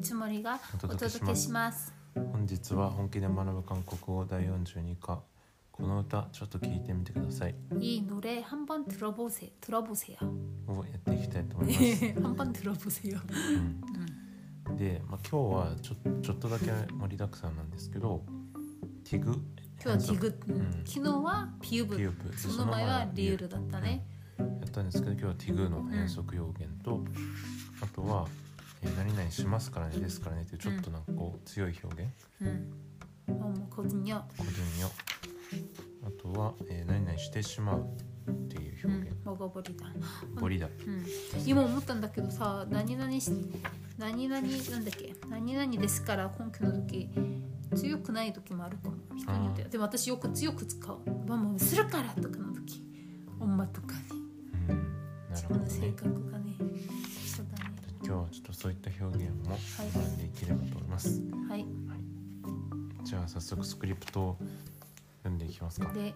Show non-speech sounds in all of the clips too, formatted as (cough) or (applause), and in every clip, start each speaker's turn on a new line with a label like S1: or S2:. S1: つもりが
S2: お
S1: お
S2: 届けし
S1: 届
S2: ま
S1: け
S2: す
S1: します。
S2: 本日は本気で学ぶ韓国語第42課この歌ちょっと聞いてみてください
S1: 이 노래 한번 들어보세요. 들어보세요. (laughs)
S2: をやっていきたいと思います、
S1: 한번 들어보세요.
S2: うんで、まあ、今日はちょちょっとだけ盛りだくさんなんですけどティグ
S1: 今日はディグ、
S2: うん
S1: 昨日はビューブ、
S2: ビューブ
S1: その前はリュールだったね。
S2: やったんですけど今日はティグの変則要件と、あとは、えー何々しますからねですからね」っていうちょっとなんかこう強い表現
S1: うん。もう거든요。
S2: 個人よあとは、えー何々してしまうっていう
S1: う
S2: 表
S1: ん
S2: 現、、
S1: 먹어버리다。
S2: ボリだ
S1: うん、今思ったんだけどさ何々し何々なんだっけ何々ですから根拠の時強くない時もあるかも人によってはでも私よく強く使う「まあもうするから」とかの時女とかに
S2: うんなる
S1: 自
S2: ほ
S1: 分
S2: ど
S1: の性
S2: ね
S1: 格がねそうだね
S2: 今日はちょっとそういった表現も学んでいければと思います、
S1: はい
S2: じゃあ早速スクリプトを読んでいきますか
S1: で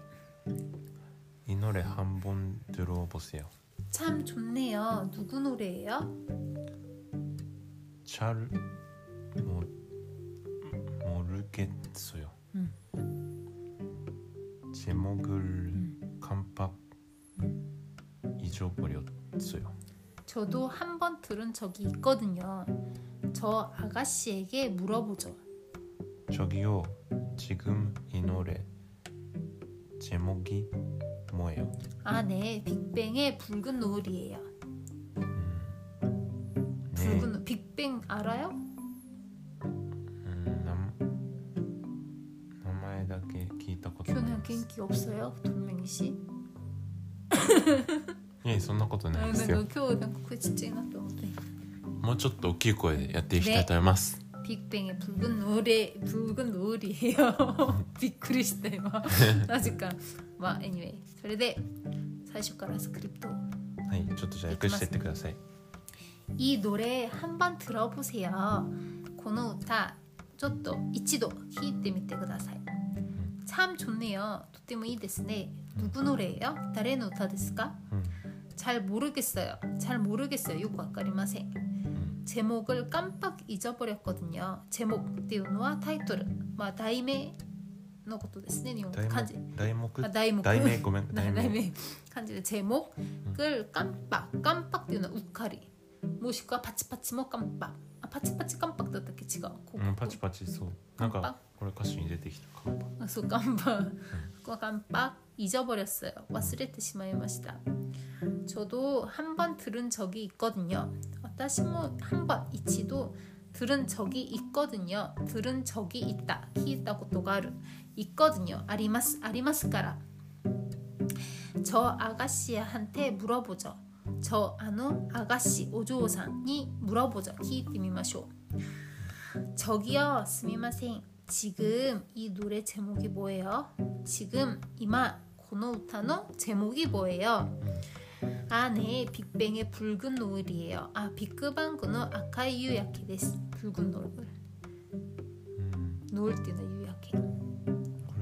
S2: 「이 노래 한번 들어보세요
S1: 참 좋네요 누구 노래예요?
S2: 잘 모, 모르겠어요
S1: 음.
S2: 제목을 깜빡 잊어버렸어요
S1: 저도 한 번 들은 적이 있거든요 저 아가씨에게 물어보죠
S2: 저기요 지금 이 노래 제목이 뭐예요?
S1: 아네 빅뱅의 붉은 노을이에요
S2: 네,
S1: 붉은 노- 빅뱅 알아요?
S2: 음, 남, 남아에다게 기타 것도
S1: 교는 인기 없어요? 동맹이 씨?
S2: 예, そんなことない
S1: 아,
S2: です
S1: 나
S2: よ
S1: 겨우 난 그거 진짜 네. 해놨던데
S2: もうちょっと大きい声でやっていきたいと思います、
S1: 빅뱅의 붉은 노래 붉은 노을이에요 (laughs) 비크리시다 막 아직까 막 anyway それで 사실から 스크립트
S2: はい、ちょっとじゃあ訳していってください。
S1: 이 노래 한번 들어보세요 고노우타 쪼또 이치도 히이테미테ください 참 좋네요 とてもいいですね 누구 노래예요? 誰の歌ですか?
S2: うん、
S1: 잘 모르겠어요. 잘 모르겠어요. 요거 아까리마세. 제목을 깜빡 잊어버렸거든요. 제목 띄우노와 타이틀. 마 다이메 너 것도 됐네. 일본
S2: 題
S1: 간지.
S2: 目、題目、
S1: 아, 다이목.
S2: 題名ごめ
S1: (laughs)
S2: ん、題
S1: 나-
S2: 名。
S1: 다이메. 간지 제목을 깜빡 깜빡 띄우노 우카리. 모시과 파치파치모 깜빡. 아, 파치파치 깜빡도 어떻게 지가.
S2: うん、パチパチそう。なん
S1: 乾杯
S2: かこれ歌詞に出てきた乾杯
S1: 아, 소 깜빡. 그거 깜빡 잊어버렸어요. 왔으레트시마이마시다. 저도 한 번 들은 적이 있거든요. 다시모 한번 이치도 들은 적이 있거든요. 들은 적이 있다. 키있다 고또가르 있거든요. 아리마스 아리마스까라. 저 아가씨한테 물어보죠. 저 아노 아가씨 오조오상이 물어보죠. 키이띠미마쇼. 저기요, 스미마셍. 지금 이 노래 제목이 뭐예요? 지금 이마 고노우타노 제목이 뭐예요? 아, 네, 빅뱅의 붉은 노을이에요. 아, 빅그방구노 아카이 유야키 데스. 붉은 노을.
S2: うん、
S1: 노을 때는 유야키.
S2: こ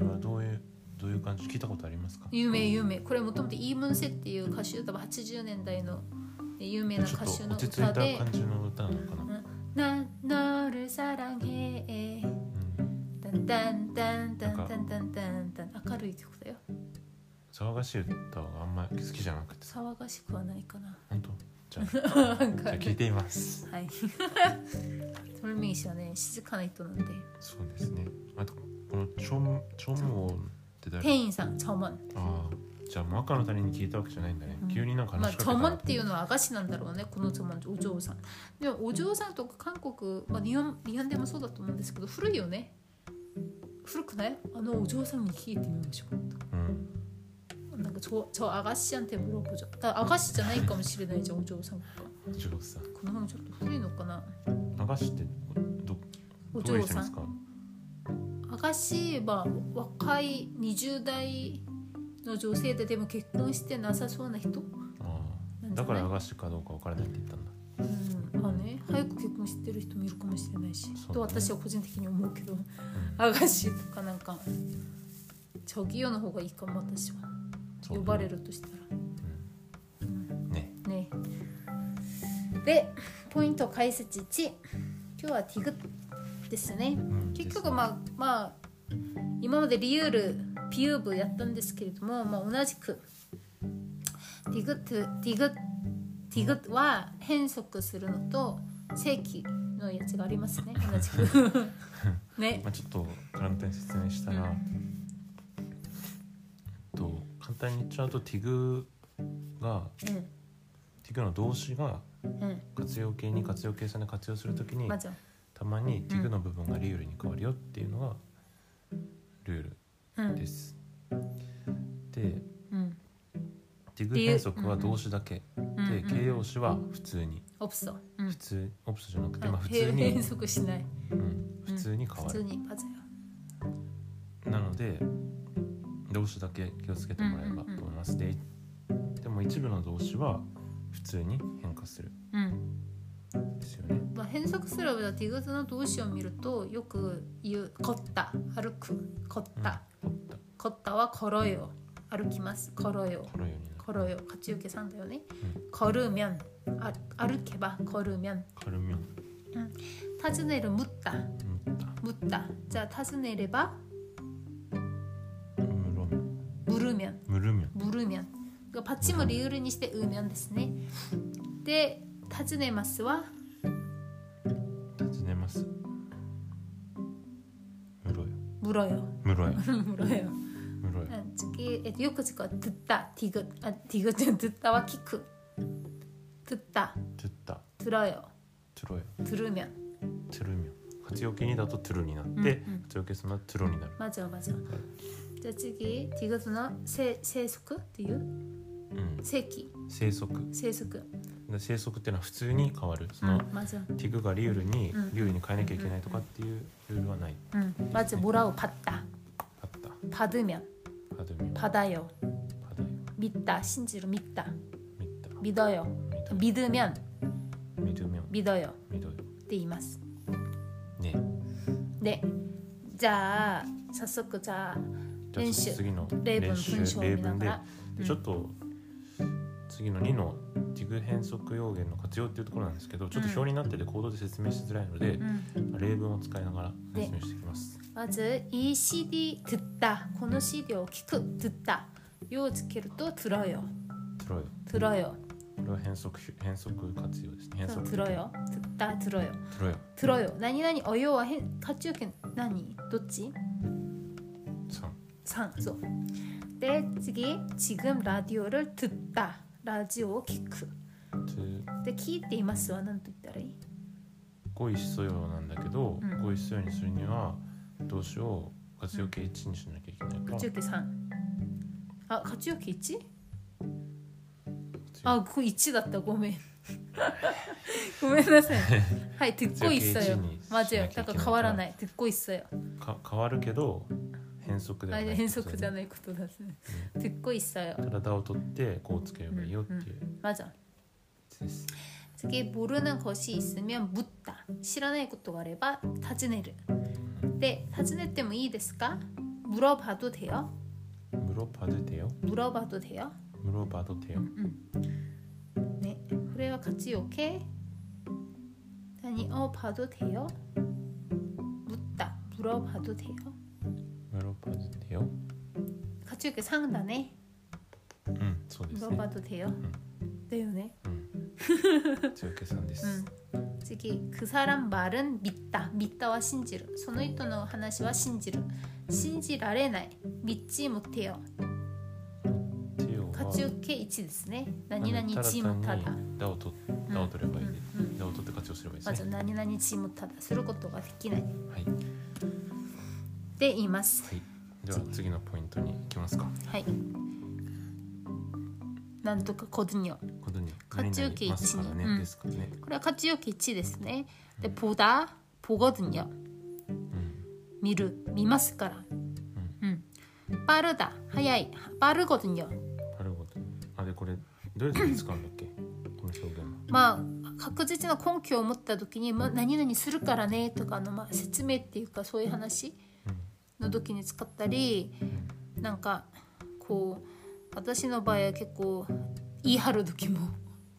S2: れはどういうどういう感じ聞いたことありますか？
S1: 유메 유메. 그래, 뭐, 또 이문세っていう 가수였다. 네, 80년대의 有名な
S2: ちょっと
S1: 歌手の
S2: 落ち着いた
S1: 歌で
S2: 感じの歌なのかな。
S1: 난 너를 사랑해
S2: うん、
S1: 딴딴딴딴딴딴딴딴 아카루이 곡이에요.
S2: 騒がしい歌はあんまり好きじゃなくて、
S1: 騒がしくはないかな。
S2: 本当。じゃあ、じ
S1: (laughs)
S2: ゃあ聞いています。
S1: はい (laughs) トルミー氏はね静かな人なんで
S2: そうですね。あとこのチョンチョンウォンって誰？
S1: 店員さんチョモン
S2: ああ、じゃあマカの谷に聞いたわけじゃないんだね。急になんか
S1: まあ
S2: 話し
S1: チ
S2: かけた
S1: ョ
S2: な
S1: モンっていうのはアガシなんだろうねこのチョモンお嬢さんでもお嬢さんとか韓国、まあ、日本日本でもそうだと思うんですけど古いよね古くないあのお嬢さんに聞いてみましょ
S2: うん、
S1: うなんかちょちょアガシちゃんってブロックじゃんだからアガシじゃないかもしれないじゃんお嬢さんとか
S2: 上手さ。
S1: この辺ちょっと古いのかな
S2: 流しってど
S1: お
S2: どういう
S1: 嬢
S2: 人
S1: さ
S2: で
S1: ん
S2: すか
S1: アガシは若い20代の女性ででも結婚してなさそうな人、
S2: ああだから流しかどうか分からないって言ったんだ
S1: うんまあね、早く結婚してる人もいるかもしれないし、
S2: そう
S1: と
S2: だね
S1: 私は個人的に思うけど、アガシとかなんかチョギヨの方がいいかも私は
S2: そう
S1: 呼ばれるとした
S2: ね
S1: らねでポイント解説1今日はティグですね
S2: うん
S1: 結局まあまあ今までリュールピューブやったんですけれども、まあ、同じくディグッディグッディグッは変則するのと正規のやつがありますね同じ
S2: (laughs)
S1: くね
S2: まあ、ちょっと簡単に説明したら、
S1: うん
S2: えっと簡単に言っちゃうと TIG が
S1: う
S2: TIG の動詞が
S1: んう
S2: 活用形に活用形さんで活用するとき
S1: ん
S2: に
S1: まずは
S2: たまに TIG の部分がリュールに変わるよっていうのがルー
S1: う
S2: ルで
S1: ん
S2: す。で
S1: うん
S2: ティグ変則は動詞だけ
S1: う
S2: で形
S1: ん
S2: 容詞は普通に
S1: オプソうん
S2: 普通オプスじゃなくて、まあ、
S1: あ
S2: 普通に
S1: 変、則しない
S2: うん、普通に変
S1: 普
S2: わ
S1: 通
S2: る
S1: にまずは
S2: なので動詞だけ気をつけてもらえばと思います、ででも一部の動詞は普通に変化する
S1: うん
S2: んですよね
S1: まあ、変則すればティグズの動詞を見るとよく言う「こった」「歩く」「こった」
S2: うん、こった
S1: 「こった」は「ころよ」「歩きます」「ころよ」
S2: このようにな
S1: 「
S2: る
S1: ころよ」「勝ち受けさんだよね」
S2: う
S1: 「こるみゃん」あ「歩けば」「こるみゃん
S2: カルミョン」
S1: 「尋ねる」「むった」
S2: ムッタ
S1: 「むった」じゃあ尋ねれば
S2: ムロミョン
S1: 「ぶるみゃん」
S2: ムルミョン
S1: 「ぶるみゃん」パッチも理由にして「うみゃん」ですねで「尋ねます」は
S2: 尋ねますムロよ
S1: 「むろよ」 (laughs)
S2: ムロよ
S1: 「
S2: ム
S1: むろよ」
S2: ロよ
S1: 응, 특히 에, 요크즈가 듣다, 디귿, 아, 디귿은 듣다와 키크. 듣다,
S2: トゥッタ
S1: 들어요,
S2: トゥロよ
S1: 들으면.
S2: トゥルミョン活用形にだとトゥルになって、
S1: うんうん
S2: 活用形そのトゥロになる
S1: 맞아, 맞아. 자, 지기 디귿은 세, 세수크, 디유,
S2: うん
S1: 세기,
S2: 生息
S1: 세수크.
S2: で生息っていうのは普通に変わるその、
S1: 응, 맞아.
S2: ティグがリュールに
S1: うん
S2: リュールに変えなきゃいけないとかっていうルールはない
S1: 응, 맞아. 뭐라고 받다,
S2: あった
S1: 받으면,
S2: パドミオパ
S1: 받아요,
S2: ダイ
S1: 믿다, 신지로 믿다,
S2: ミッタ
S1: 믿어요,
S2: ミタ
S1: 믿으면,
S2: ミドゥミョン
S1: 믿어요.
S2: ミドヨ
S1: って言います。
S2: ね
S1: 네. 자, 早速, 자,
S2: じゃあ
S1: 練習
S2: 次の
S1: 例
S2: 練
S1: 文、
S2: 習
S1: 文章を
S2: 例
S1: 見な
S2: 文
S1: が
S2: で
S1: ら。う
S2: で
S1: ん
S2: ちょっと次の2のティグ変則要元の活用っていうところなんですけどちょっと表になってて行動で説明しづらいので
S1: 응.
S2: 例文を使いながら説明していきます
S1: まず이 CD 듣다 この CD を聞く 듣다 をつけると 들어요
S2: トゥロよ
S1: 들어요
S2: これは変則変則活用ですね変
S1: 그래서
S2: 則
S1: 들어요 듣다 들어요
S2: トゥロよ
S1: 들어요 나니나니 어요와 hen- 가치우켄 나니 도치
S2: 3
S1: 상소 때次 지금 라디오를 듣다 라디오 키크
S2: トゥ
S1: で聞いていますは何と言ったらいい
S2: 語彙素養なんだけど、
S1: うん
S2: 語彙素養にするには動詞を活用形1にしなきゃいけないから、
S1: 가치우케3あ가치우케 1? あここ1だったご (laughs) めんごめんなさいはい듣고있어요
S2: 勝
S1: 맞
S2: ち
S1: 아요
S2: 受け1にしなきゃいけない
S1: だから変わらない듣고있어요
S2: か変わるけど変則で
S1: あ
S2: はない
S1: 変則じゃ
S2: い
S1: ないことだすね。듣고있어요。
S2: ただ「だ」を取ってこうつければいいよっていうや
S1: 맞아
S2: つです、
S1: 次모르는것이있으면묻다。知らないことがあれば尋ねる。で、尋ねてもいいですか？물어봐도돼요？
S2: ムロパドゥテよ
S1: 물어봐도돼요？
S2: ムロバドテよ
S1: ね、これは価値よけ。何を봐도돼요？묻다。물어봐도돼요？
S2: ムロパドゥテよ
S1: 価値よけ3だね。
S2: うんそうで
S1: 물
S2: す
S1: 어봐
S2: ね
S1: 도돼요？だよね。
S2: うん
S1: (laughs)
S2: 強気さんです、
S1: 음. 즉이 그 사람 말은 믿다. 믿다와 신지르. 소노이토노 하나시와 신지르. 신지라레나이. 믿지 못해요.
S2: テよは
S1: 가치우케 이치ですね.
S2: あ
S1: 나니나니
S2: の
S1: 지
S2: ただ単
S1: 못하다.
S2: に「だ」を取
S1: ん
S2: だを取ればいい、
S1: 음,
S2: だを取って活用すればいいです
S1: 맞아.
S2: ね
S1: 나니나니 지 못하다. することができない
S2: はい
S1: で言います。
S2: はい、では次のポイントに行きますか。
S1: はい。なんとかコズニョ。
S2: このに
S1: 勝ち受け
S2: ますからね、
S1: 一にうん
S2: ですからね。
S1: これは活用形1ですね。で、보다、보거든요。
S2: うん、
S1: 見る、見ますから。うん。빠르다、早い、빠르거든요。
S2: なるほど。あでこれどうやって使うんだっけ？この表現は。
S1: まあ確実な根拠を持った時に「まあ、何々するからね」とかの、まあ、説明っていうかそういう話の時に使ったりなんかこう私の場合は結構言い張る (laughs) 時も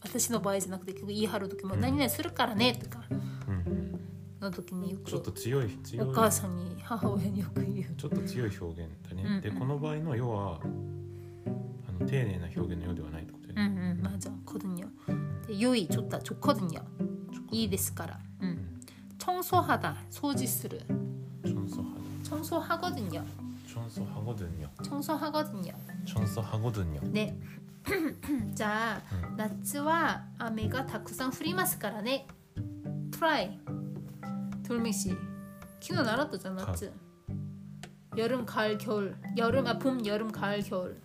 S1: 私の場合じゃなくて結構言い張る時も「何々するからね」とか
S2: うん、うん、
S1: の時によ
S2: ちょっと
S1: く
S2: 強い強い
S1: お母さんに母親によく言う
S2: ちょっと強い表現だね、
S1: うん
S2: でこの場合の「要はあの丁寧な表現の「よ」ではないってこと
S1: うん
S2: ね、
S1: うん맞아거든요で良い좋다좋거든요いいですからうん청소하다掃除する
S2: 청소하,
S1: 청소하거든요
S2: 청소하거든요
S1: 청소하거든요
S2: 청소하거든요
S1: 네 (clears throat) 자,
S2: 음.
S1: 나츠와 아메가 다쿠상 후리마스카라네 프라이 돌멩씨 키노 날았다잖아 나츠 여름 가을 겨울 여름 아봄 여름 가을 겨울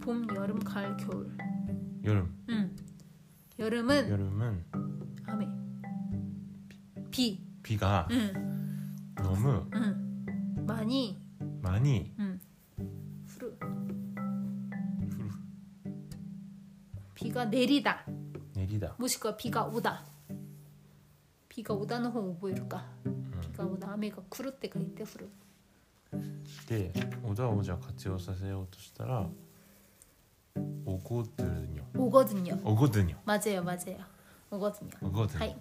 S1: 봄 여름 가을 겨울
S2: 여름
S1: 음 여름은
S2: 여름은
S1: 아메 비
S2: 비가
S1: 음,
S2: 너무
S1: 음. 많이
S2: 많이
S1: 음. 후루
S2: 후루
S1: 비가 내리다
S2: 내리다
S1: もしくはピがオダ。ピがオダの方を覚えるか。ピがオダ、雨が来るって書いて降る。
S2: 때 오다 오자 같이 오사 세요としたら 오거든요
S1: オゴズニョ。
S2: 오거든요
S1: まぜよまぜよ。オゴズニョ。
S2: 오거든요
S1: はい。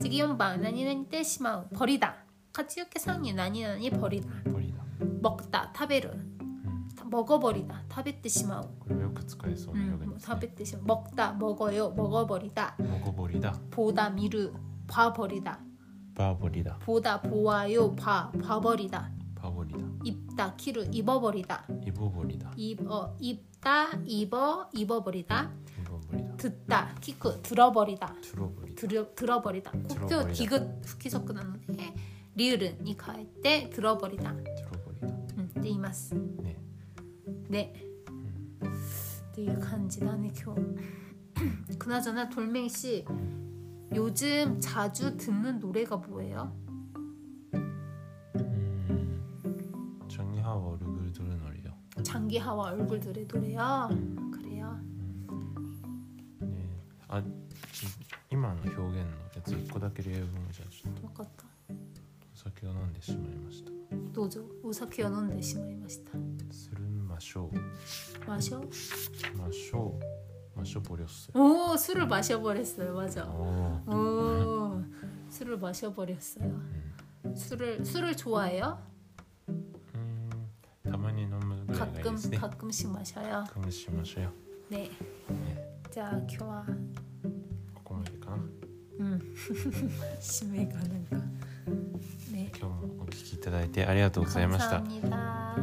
S1: 次4番、何々てしまう。버리다。活用けさんに何々버리다。
S2: 버리다
S1: 먹다、食べる。
S2: 음,
S1: 먹어버리다。食べてしまう。
S2: 그리고 요크츠카에서
S1: う
S2: 오는
S1: ん、
S2: 요게
S1: 食べてしまう。 음, 뭐먹다、먹어요、먹어버리다。
S2: 먹어버리다
S1: 보다、見る。봐버리다。
S2: 봐버리다
S1: 보다、보아요、봐、 봐버리다。
S2: 봐버리다
S1: 입다、着る。입어버리다。
S2: 입어버리다
S1: 입어 입다 입어 입어버리다
S2: 입어버리다
S1: 듣다 키크 들어버리다
S2: 들어버리다
S1: 들어 들어버리다 곡조
S2: 들어버리다.
S1: 디귿 후키소크 나는데 리을은이 가할 때 들어버리다
S2: 들어버리다
S1: 음, 네 이마스
S2: 네
S1: 네 되게 간지나네 교 (clears throat) 그나저나 돌멩이 씨 요즘 자주 듣는 노래가 뭐예요?
S2: 음, 정리하고 얼굴 두른 얼려
S1: 장기하와 얼굴들의 노래요. 그래요.
S2: 네. 아, 이만 표현 のやつ一個だけ例文をじゃあちょっと
S1: 똑같다.
S2: お酒を飲んでしまいました。
S1: 도저 오사키와 논데 시마이마시다.
S2: するましょ
S1: 마셔.
S2: う。ましょう。ましょぼりょっす。
S1: 오 술을 마셔버렸어요 맞아
S2: おー
S1: 오 술을 마셔버렸어요 술을 술을 좋아해요
S2: うん。たまに飲むぐらいがいい
S1: 가끔
S2: ですね。
S1: 가끔씩 마셔요
S2: かむしましょうよ。ね、
S1: 네 자 교화
S2: ここまでかな。
S1: 음 (laughs) 심해 가는가 네
S2: 今日もお聞きいただいてありがとうございました。
S1: 감사합니다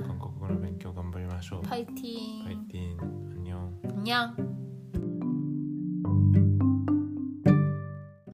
S2: 韓国語の勉強頑張りましょう。フ
S1: 파이팅
S2: ァイティン、アンニョン。
S1: 안녕